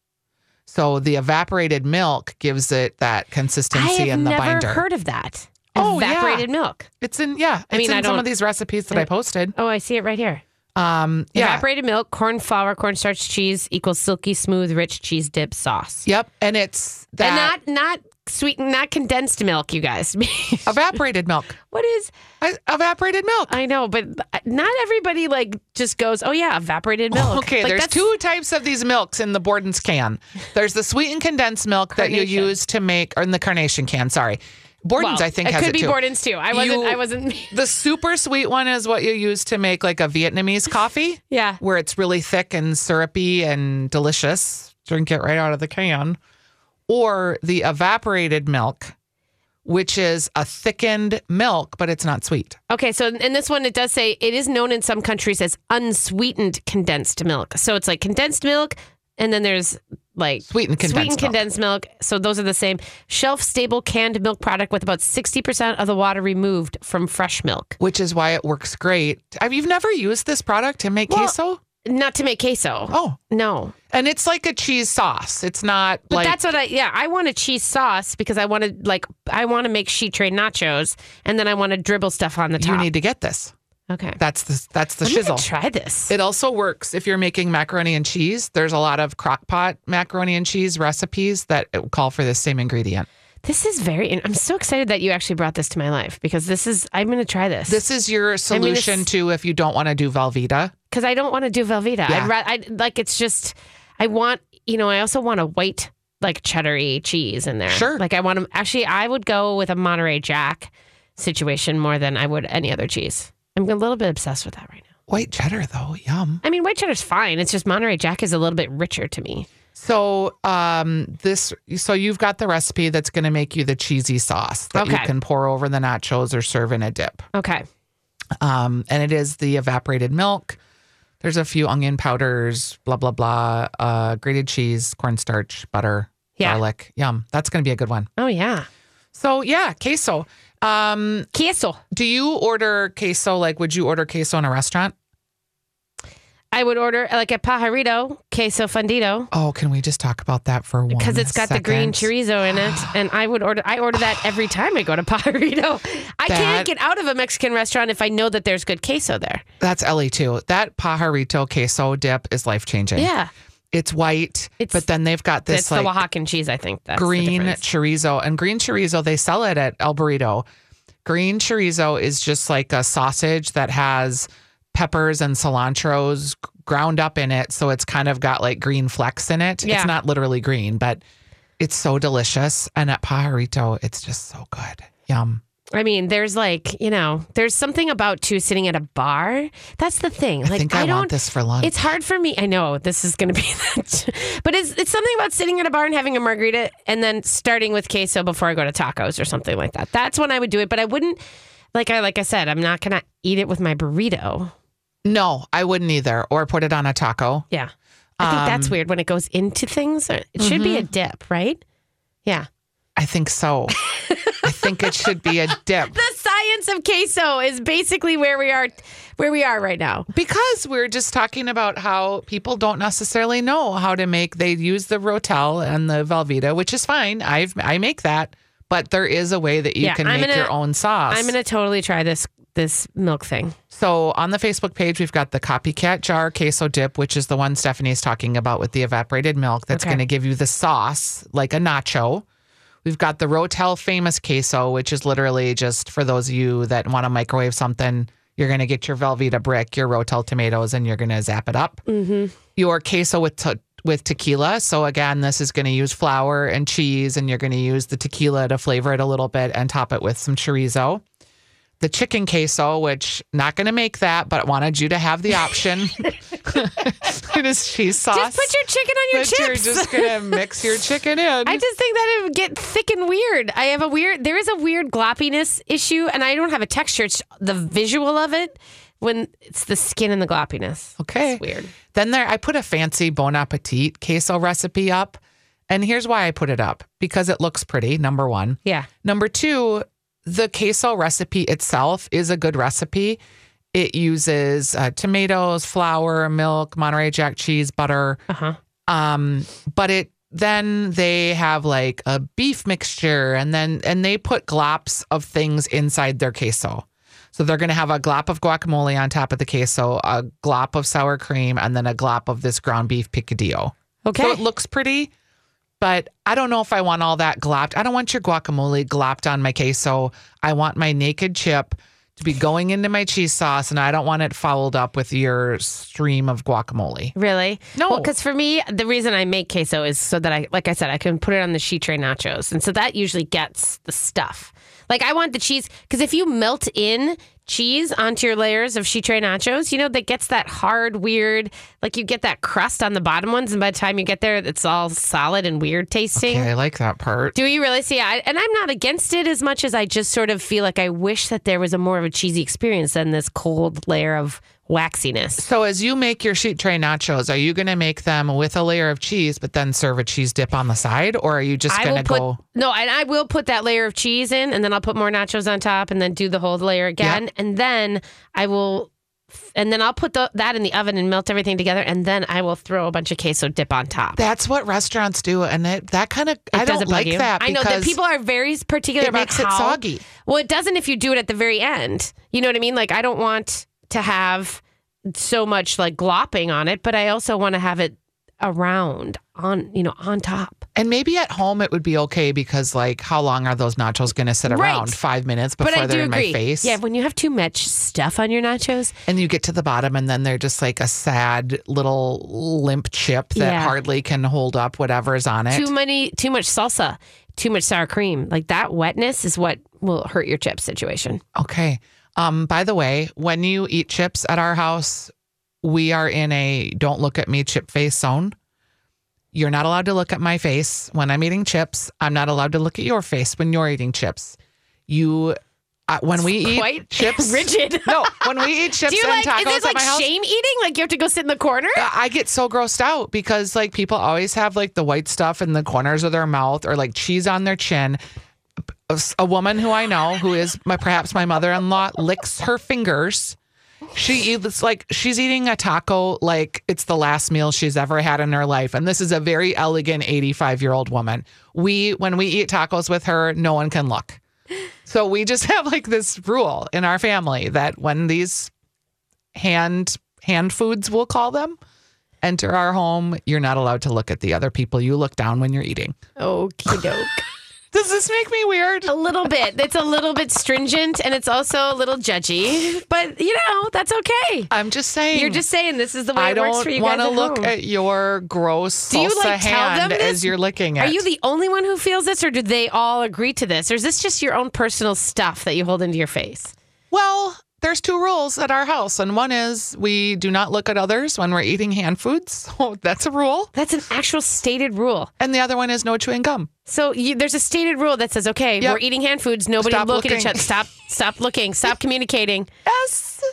S1: So the evaporated milk gives it that
S2: I
S1: consistency
S2: have
S1: in the
S2: never
S1: binder.
S2: heard of that.
S1: Oh, yeah.
S2: Evaporated milk.
S1: it's in yeah. It's
S2: mean,
S1: in
S2: I
S1: some
S2: don't-
S1: of these recipes that I, posted.
S2: Oh, I see it right here.
S1: Um, yeah.
S2: Evaporated milk, corn flour, cornstarch cheese equals silky smooth rich cheese dip sauce.
S1: Yep, and it's that
S2: And not not sweet, not condensed milk, you guys. [LAUGHS]
S1: evaporated milk.
S2: what is?
S1: I, evaporated milk.
S2: I know, but not everybody like just goes, "Oh
S1: [LAUGHS]
S2: yeah, evaporated milk."
S1: Okay,
S2: Like,
S1: there's
S2: that's-
S1: two types of these milks in the Borden's can. There's the sweetened condensed milk that you
S2: Carnation.
S1: use to make, or in the carnation can. Sorry,
S2: well,
S1: Borden's I think
S2: it
S1: has
S2: could
S1: it
S2: be
S1: too.
S2: Borden's too. I wasn't.
S1: You-
S2: I wasn't. [LAUGHS]
S1: The super sweet one is what you use to make like a Vietnamese coffee,
S2: yeah.
S1: where it's really thick and syrupy and delicious. Drink it right out of the can, or the evaporated milk, which is a thickened milk, but it's not sweet.
S2: Okay, so in this one, it does say it is known in some countries as unsweetened condensed milk. So it's like condensed milk, and then there's like
S1: Sweetened condensed
S2: sweetened
S1: milk.
S2: condensed milk. So those are the same shelf stable canned milk product with about sixty percent of the water removed from fresh milk.
S1: Which is why it works great. Have you've never used this product to make
S2: Well-
S1: queso?
S2: Not to make queso.
S1: Oh.
S2: No,
S1: And it's like a cheese sauce. It's not
S2: But
S1: like
S2: that's what I yeah, I want a cheese sauce because I want to like I want to make sheet tray nachos and then I want to dribble stuff on the top.
S1: you need to get this.
S2: okay.
S1: That's the that's the
S2: I'm gonna
S1: shizzle.
S2: try this.
S1: it also works if you're making macaroni and cheese. There's a lot of crock pot macaroni and cheese recipes that call for this same ingredient.
S2: this is very in- I'm so excited that you actually brought this to my life because this is I'm going to try this.
S1: This is your
S2: mean,
S1: solution
S2: it's-
S1: to if you don't want to do Velveeta.
S2: cuz I don't want to do Velveeta.
S1: Yeah.
S2: I'd rather I like it's just I want, you know, I also want a white like cheddary cheese in there.
S1: Sure.
S2: Like I want to actually I would go with a Monterey Jack situation more than I would any other cheese. I'm a little bit obsessed with that right now.
S1: White cheddar though, yum.
S2: I mean, white cheddar's fine. It's just Monterey Jack is a little bit richer to me.
S1: So um this so you've got the recipe that's gonna make you the cheesy sauce that you
S2: Okay.
S1: can pour over the nachos or serve in a dip.
S2: Okay.
S1: Um, and it is the evaporated milk. There's a few onion powders, blah blah blah, uh, grated cheese, cornstarch, butter,
S2: Yeah.
S1: garlic. Yum. That's gonna be a good one.
S2: Oh yeah.
S1: So yeah, queso. Um,
S2: Queso.
S1: do you order queso? Like, would you order queso in a restaurant?
S2: I would order like a pajarito queso fundido
S1: Oh, can we just talk about that for one?
S2: because it's got the green
S1: second?
S2: chorizo in
S1: [GASPS]
S2: it, and I would order. I order that every time I go to pajarito. I
S1: That-
S2: can't get out of a Mexican restaurant if I know that there's good queso there.
S1: That's Ellie too. That pajarito queso dip is life changing.
S2: Yeah,
S1: It's white,
S2: It's-
S1: but then they've got this
S2: it's
S1: like
S2: the Oaxacan cheese. I think that's the
S1: green
S2: difference.
S1: chorizo. And green chorizo, they sell it at El Burrito. Green chorizo is just like a sausage that has peppers and cilantros g- ground up in it. So it's kind of got like green flecks in it.
S2: Yeah.
S1: It's not literally green, but it's so delicious. And at Pajarito, it's just so good. Yum.
S2: I mean, there's like, you know, there's something about too sitting at a bar. That's the thing. Like,
S1: I think I,
S2: don't.
S1: want this for lunch.
S2: It's hard for me. I know this is going to be [LAUGHS] that, but it's it's something about sitting at a bar and having a margarita, and then starting with queso before I go to tacos or something like that. That's when I would do it. But I wouldn't. Like I like I said, I'm not going to eat it with my burrito.
S1: No, I wouldn't either. Or put it on a taco.
S2: Yeah, I think that's
S1: Um,
S2: weird when it goes into things. It should be a dip, right? Yeah.
S1: I think so.
S2: [LAUGHS]
S1: I think it should be a dip.
S2: The science of queso is basically where we are, where we are right now.
S1: Because we're just talking about how people don't necessarily know how to make. They use the Rotel and the Velveeta, which is fine. I've I make that, but there is a way that you
S2: Yeah,
S1: can
S2: I'm
S1: make
S2: gonna-
S1: your own sauce.
S2: I'm gonna totally try this this milk thing.
S1: so on the Facebook page, we've got the copycat jar queso dip, which is the one Stephanie's talking about with the evaporated milk. That's
S2: Okay.
S1: going to give you the sauce like a nacho. We've got the Rotel famous queso, which is literally just for those of you that want to microwave something. You're going to get your Velveeta brick, your Rotel tomatoes, and you're going to zap it up
S2: Mm-hmm.
S1: your queso with te- with tequila. So again, this is going to use flour and cheese, and you're going to use the tequila to flavor it a little bit and top it with some chorizo. The chicken queso, which not going to make that, but wanted you to have the
S2: [LAUGHS]
S1: option. [LAUGHS] it is cheese sauce.
S2: Just put your chicken on your
S1: that
S2: chips.
S1: you're just going to mix
S2: [LAUGHS]
S1: your chicken in.
S2: I just think that it would get thick and weird. I have a weird, there is a weird gloppiness issue, and I don't have a texture. It's the visual of it when it's the skin and the gloppiness.
S1: Okay.
S2: It's weird.
S1: Then there, I put a fancy Bon Appetit queso recipe up. And here's why I put it up because it looks pretty, number one.
S2: Yeah.
S1: Number two, the queso recipe itself is a good recipe. It uses uh, tomatoes, flour, milk, Monterey Jack cheese, butter.
S2: Uh huh.
S1: Um, but it then they have like a beef mixture, and then and they put glops of things inside their queso. So they're going to have a glop of guacamole on top of the queso, a glop of sour cream, and then a glop of this ground beef picadillo.
S2: Okay.
S1: So it looks pretty, but I don't know if I want all that glopped. I don't want your guacamole glopped on my queso. I want my naked chip to be going into my cheese sauce, and I don't want it fouled up with your stream of guacamole.
S2: Really?
S1: No.
S2: because for me, the reason I make queso is so that I, like I said, I can put it on the sheet tray nachos, and so that usually gets the stuff. Like I want the cheese because if you melt in cheese onto your layers of sheet tray nachos, you know that gets that hard, weird. Like you get that crust on the bottom ones, and by the time you get there, it's all solid and weird tasting.
S1: Okay, I like that part.
S2: Do you really see? I, and I'm not against it as much as I just sort of feel like I wish that there was a more of a cheesy experience than this cold layer of waxiness.
S1: So, as you make your sheet tray nachos, are you going to make them with a layer of cheese, but then serve a cheese dip on the side, or are you just
S2: I
S1: going
S2: will
S1: to
S2: put
S1: go?
S2: no, and I will put that layer of cheese in, and then I'll put more nachos on top, and then do the whole layer again, and then I will, and then I'll put the, that in the oven and melt everything together, and then I will throw a bunch of queso dip on top.
S1: That's what restaurants do, and it, that kind of
S2: It
S1: I don't
S2: doesn't bug
S1: like
S2: you.
S1: that.
S2: I know that
S1: because
S2: people are very particular
S1: it
S2: about
S1: makes
S2: how,
S1: it soggy.
S2: Well, it doesn't if you do it at the very end. You know what I mean? Like I don't want to have so much like glopping on it, but I also want to have it around on you know on top.
S1: And maybe at home it would be okay because, like, how long are those nachos going to sit
S2: Right.
S1: around? Five minutes before
S2: but I
S1: they're
S2: do
S1: in
S2: agree.
S1: my face.
S2: Yeah, when you have too much stuff on your nachos,
S1: And you get to the bottom, and then they're just like a sad little limp chip that
S2: Yeah.
S1: hardly can hold up whatever's on it.
S2: too many, too much salsa, too much sour cream, like that wetness is what will hurt your chip situation.
S1: Okay. Um, by the way, when you eat chips at our house, we are in a don't look at me chip face zone. You're not allowed to look at my face when I'm eating chips. I'm not allowed to look at your face when you're eating chips. You, uh, when we eat
S2: Quite [LAUGHS]
S1: chips,
S2: rigid.
S1: no, when we eat chips
S2: [LAUGHS] do you
S1: and
S2: like?
S1: tacos
S2: Is this
S1: at
S2: like
S1: my house,
S2: shame eating? Like you have to go sit in the corner?
S1: Uh, I get so grossed out because like people always have like the white stuff in the corners of their mouth or like cheese on their chin. A woman who I know, who is my perhaps my mother in law, licks her fingers She eats like she's eating a taco like it's the last meal she's ever had in her life. And this is a very elegant 85 year old woman. We, when we eat tacos with her, no one can look. So we just [LAUGHS] have like this rule in our family that when these hand hand foods, we'll call them, enter our home, you're not allowed to look at the other people. You look down when you're eating.
S2: Okie doke.
S1: Does this make me weird?
S2: [LAUGHS] A little bit. It's a little bit stringent and it's also a little judgy, but you know, that's okay.
S1: I'm just saying.
S2: You're just saying this is the way
S1: I
S2: it works
S1: don't
S2: for you
S1: want
S2: guys.
S1: to
S2: at
S1: look
S2: home.
S1: at your gross
S2: Do
S1: salsa
S2: you, like, tell them
S1: hand
S2: this?
S1: as you're licking
S2: Are
S1: at.
S2: you the only one who feels this, or do they all agree to this? Or is this just your own personal stuff that you hold into your face?
S1: well, there's two rules at our house, and one is we do not look at others when we're eating hand foods. [LAUGHS] So that's a rule.
S2: That's an actual stated rule.
S1: And the other one is no chewing gum.
S2: So you, there's a stated rule that says, okay,
S1: Yep.
S2: we're eating hand foods. Nobody
S1: Stop
S2: look at each
S1: looking.
S2: other. Stop, stop
S1: [LAUGHS]
S2: looking. Stop communicating.
S1: Yes.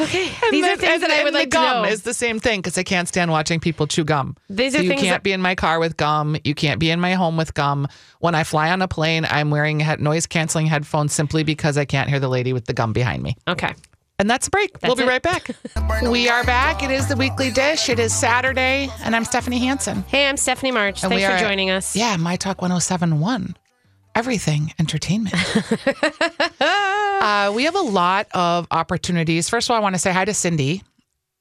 S2: Okay, these are
S1: And
S2: things
S1: then-
S2: that I
S1: and
S2: would
S1: the
S2: like to
S1: gum
S2: know.
S1: is the same thing because I can't stand watching people chew gum.
S2: These
S1: So
S2: are
S1: you
S2: things
S1: can't
S2: that-
S1: be in my car with gum. You can't be in my home with gum. When I fly on a plane, I'm wearing head- noise canceling headphones simply because I can't hear the lady with the gum behind me.
S2: okay.
S1: And that's a break. we'll be
S2: it.
S1: right back. we are back. It is the weekly dish. It is Saturday, and I'm Stephanie Hansen.
S2: Hey, I'm Stephanie March.
S1: And
S2: Thanks
S1: we
S2: for
S1: are-
S2: joining us.
S1: Yeah, My Talk 1071. Everything
S2: [LAUGHS]
S1: entertainment. uh, we have a lot of opportunities. First of all, I want to say hi to Cindy,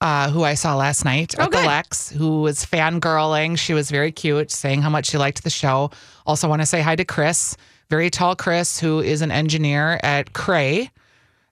S1: uh, who I saw last night at the
S2: Oh, good.
S1: Lex, who was fangirling. She was very cute, saying how much she liked the show. Also, want to say hi to Chris, very tall Chris, who is an engineer at Cray.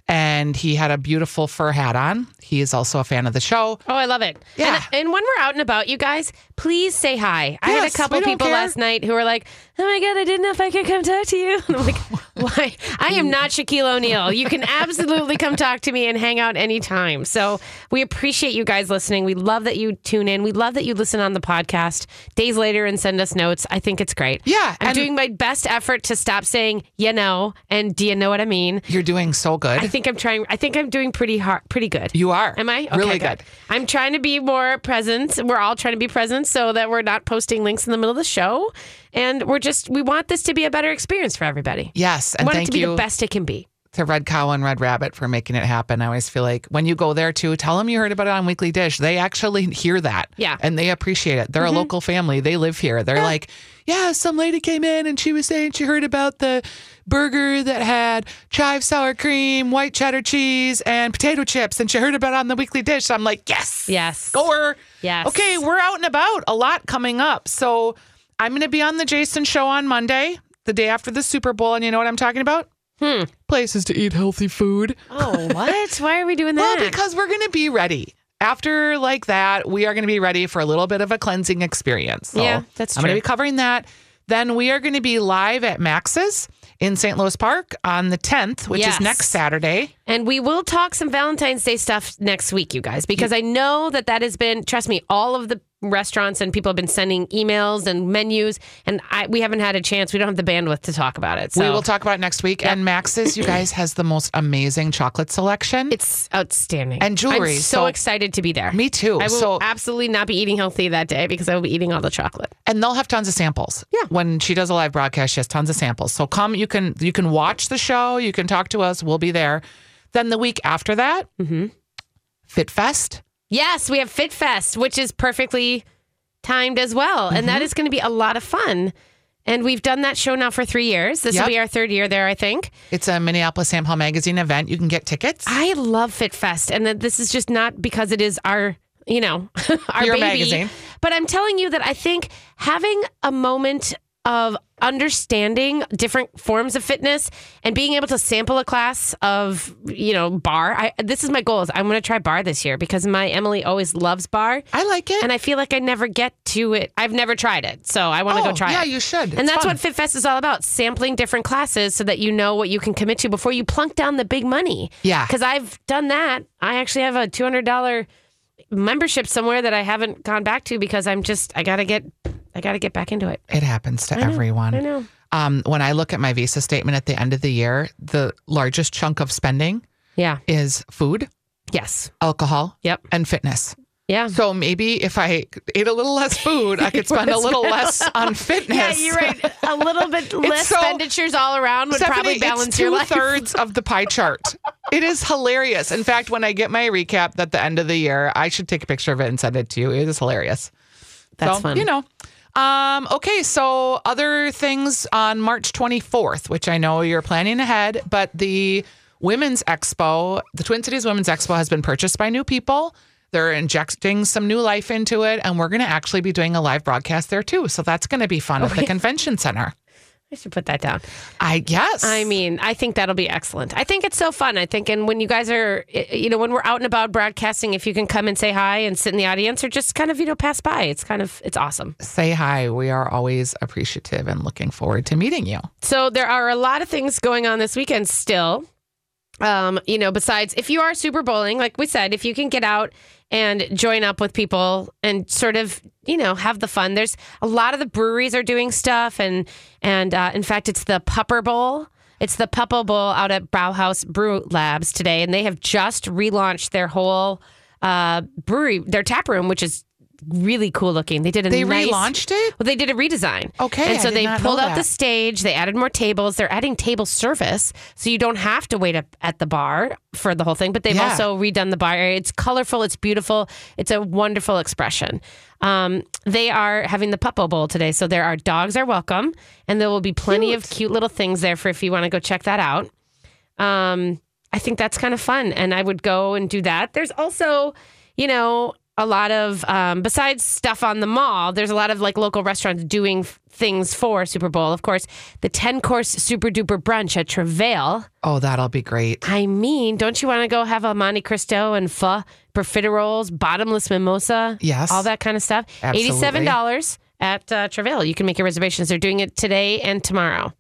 S1: And he had a beautiful fur hat on. He is also a fan of the show.
S2: Oh, I love it.
S1: Yeah.
S2: And, and when we're out and about, you guys, please say hi. I had a
S1: Yes,
S2: couple
S1: we don't
S2: people
S1: care.
S2: last night who were like, oh my God, I didn't know if I could come talk to you. [LAUGHS] And I'm like, why? I am not Shaquille O'Neal. You can absolutely come talk to me and hang out anytime. So we appreciate you guys listening. We love that you tune in. We love that you listen on the podcast days later and send us notes. I think it's great.
S1: Yeah,
S2: I'm
S1: and-
S2: doing my best effort to stop saying, you know, and do you know what I mean?
S1: You're doing so good.
S2: I think I'm trying. I think I'm doing pretty hard, pretty good.
S1: You are.
S2: Am I Okay,
S1: Really good.
S2: I'm trying to be more present. We're all trying to be present so that we're not posting links in the middle of the show, and we're just we want this to be a better experience for everybody.
S1: yes.
S2: I
S1: And
S2: want it
S1: thank
S2: to be
S1: you.
S2: the best it can be.
S1: to Red Cow and Red Rabbit for making it happen. I always feel like when you go there too, tell them you heard about it on Weekly Dish. They actually hear that.
S2: Yeah.
S1: And they appreciate it. They're a local family. They live here. They're like, yeah, some lady came in and she was saying she heard about the burger that had chive sour cream, white cheddar cheese, and potato chips. And she heard about it on the Weekly Dish. So I'm like, yes.
S2: Yes.
S1: Go her.
S2: Yes.
S1: Okay, we're out and about. A lot coming up. So I'm going to be on the Jason show on Monday, the day after the Super Bowl. And you know what I'm talking about? Hmm. Places to eat healthy food.
S2: Oh, what? Why are we doing that?
S1: Well, because we're going to be ready. After like that, we are going to be ready for a little bit of a cleansing experience. So
S2: Yeah, that's
S1: I'm going
S2: true.
S1: to be covering that. Then we are going to be live at Max's in St. Louis Park on the 10th, which
S2: Yes.
S1: is next Saturday.
S2: And we will talk some Valentine's Day stuff next week, you guys, because I know that that has been, trust me, all of the restaurants and people have been sending emails and menus, and I, we haven't had a chance. We don't have the bandwidth to talk about it. So
S1: We will talk about it next week. And Max's, you guys, has the most amazing chocolate selection.
S2: It's outstanding.
S1: And jewelry,
S2: I'm so,
S1: so-
S2: excited to be there.
S1: Me too.
S2: I will
S1: So-
S2: absolutely not be eating healthy that day because I will be eating all the chocolate.
S1: and they'll have tons of samples.
S2: Yeah.
S1: When she does a live broadcast, she has tons of samples. So come, you can you can watch the show, you can talk to us, we'll be there. Then the week after that,
S2: Mm-hmm.
S1: Fit Fest.
S2: Yes, we have Fit Fest, which is perfectly timed as well. And that is going to be a lot of fun. And we've done that show now for three years. This
S1: Yep.
S2: will be our third year there, I think.
S1: It's a Minneapolis Sam Hall Magazine event. You can get tickets.
S2: I love Fit Fest, and that this is just not because it is our, you know, [LAUGHS] our
S1: Your
S2: baby.
S1: magazine.
S2: But I'm telling you that I think having a moment of understanding different forms of fitness and being able to sample a class of you know bar. I, this is my goal. Is I'm going to try bar this year because my Emily always loves bar,
S1: I like it.
S2: and I feel like I never get to it. I've never tried it, so I want to
S1: Oh,
S2: go try
S1: yeah,
S2: it.
S1: you should. It's
S2: and that's
S1: fun.
S2: what Fit Fest is all about: sampling different classes so that you know what you can commit to before you plunk down the big money.
S1: Yeah.
S2: because I've done that. I actually have a two hundred dollar membership somewhere that I haven't gone back to because I'm just I gotta get I gotta get back into it.
S1: it happens to everyone.
S2: I know.
S1: Um, when I look at my visa statement at the end of the year, the largest chunk of spending
S2: Yeah.
S1: is food,
S2: Yes.
S1: alcohol,
S2: Yep.
S1: and fitness.
S2: Yeah.
S1: So maybe if I ate a little less food, I could
S2: [LAUGHS]
S1: spend a little less on fitness.
S2: Yeah, you're right.
S1: [LAUGHS]
S2: A little bit less
S1: so-
S2: expenditures all around would
S1: Stephanie,
S2: probably balance
S1: it's
S2: your life.
S1: Two thirds of the pie chart It is hilarious. In fact, when I get my recap at the end of the year, I should take a picture of it and send it to you. It is hilarious.
S2: That's
S1: so,
S2: fun.
S1: You know. Um, okay, so other things on March 24th, which I know you're planning ahead, but the Women's Expo, the Twin Cities Women's Expo has been purchased by new people. They're injecting some new life into it, and we're going to actually be doing a live broadcast there too. So that's going to be fun at the convention center.
S2: I should put that down.
S1: I guess.
S2: I mean, I think that'll be excellent. I think it's so fun. I think, and when you guys are, you know, when we're out and about broadcasting, if you can come and say hi and sit in the audience or just kind of, you know, pass by, it's kind of, it's awesome.
S1: say hi. We are always appreciative and looking forward to meeting you.
S2: So there are a lot of things going on this weekend still. Um, you know, besides if you are Super Bowling, like we said, if you can get out and join up with people and sort of, you know, have the fun. There's a lot of the breweries are doing stuff and and uh, in fact it's the Pupper Bowl. It's the Pupper Bowl out at Brauhaus Brew Labs today, and they have just relaunched their whole uh, brewery, their tap room, which is really cool looking. They did a
S1: They
S2: nice-
S1: relaunched it?
S2: well, they did a redesign.
S1: Okay,
S2: And
S1: I
S2: so
S1: did
S2: they
S1: not know
S2: pulled out the
S1: that.
S2: stage, they added more tables, they're adding table service. So you don't have to wait up at the bar for the whole thing. But they've
S1: Yeah.
S2: also redone the bar. It's colorful, it's beautiful, it's a wonderful expression. Um, they are having the Puppo Bowl today. So there are dogs are welcome, and there will be plenty of cute little things there for if you want to go check that out. Um, I think that's kind of fun, and I would go and do that. There's also, you know, a lot of um, besides stuff on the mall. There's a lot of like local restaurants doing f- things for Super Bowl. Of course, the ten course super duper brunch at Travail.
S1: Oh, that'll be great.
S2: I mean, don't you want to go have a Monte Cristo and pho, profiteroles, bottomless mimosa?
S1: Yes.
S2: All that kind of stuff.
S1: Absolutely.
S2: $87 at uh, Travail. You can make your reservations. They're doing it today and tomorrow.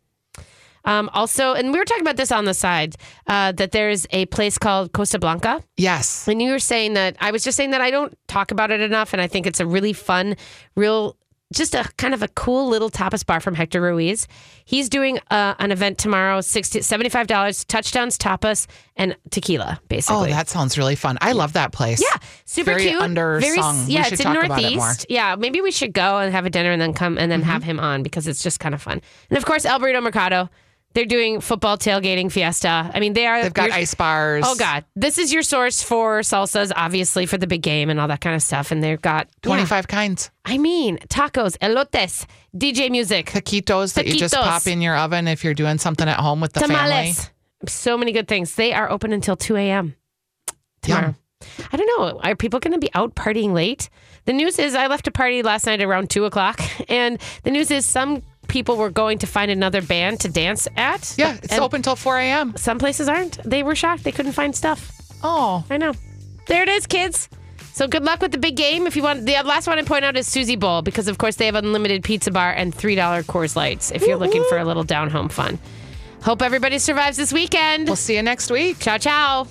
S2: Um, also, and we were talking about this on the side uh, that there's a place called Costa Blanca.
S1: Yes.
S2: And you were saying that I was just saying that I don't talk about it enough, and I think it's a really fun, real, just a kind of a cool little tapas bar from Hector Ruiz. He's doing uh, an event tomorrow, 60, $75, touchdowns, tapas, and tequila,
S1: Oh,
S2: basically.
S1: that sounds really fun. I love that place.
S2: yeah, super
S1: very
S2: cute.
S1: undersung. We
S2: Yeah,
S1: should
S2: it's in
S1: talk about it
S2: Northeast.
S1: more. Mm-hmm.
S2: Yeah, maybe we should go and have a dinner and then come and then have him on because it's just kind of fun. And of course, El Burrito Mercado. They're doing football tailgating fiesta. I mean, they are.
S1: They've got
S2: you're-
S1: ice bars.
S2: Oh God, this is your source for salsas, obviously for the big game and all that kind of stuff. And they've got yeah.
S1: 25 kinds.
S2: I mean, tacos, elotes, DJ music,
S1: Taquitos that you just
S2: Taquitos.
S1: pop in your oven if you're doing something at home with the family.
S2: tamales. So many good things. They are open until two a.m. tomorrow.
S1: Yum.
S2: I don't know. Are people going to be out partying late? The news is I left a party last night around two o'clock, [LAUGHS] and the news is some people were going to find another band to dance at.
S1: Yeah, it's
S2: And
S1: open till 4 a.m.
S2: Some places aren't. They were shocked. They couldn't find stuff.
S1: Oh,
S2: I know. There it is, kids. So good luck with the big game. If you want, the last one I point out is Susie Bowl because, of course, they have unlimited pizza bar and three dollar Coors Lights. If you're looking for a little down home fun. Hope everybody survives this weekend.
S1: we'll see you next week.
S2: Ciao, ciao.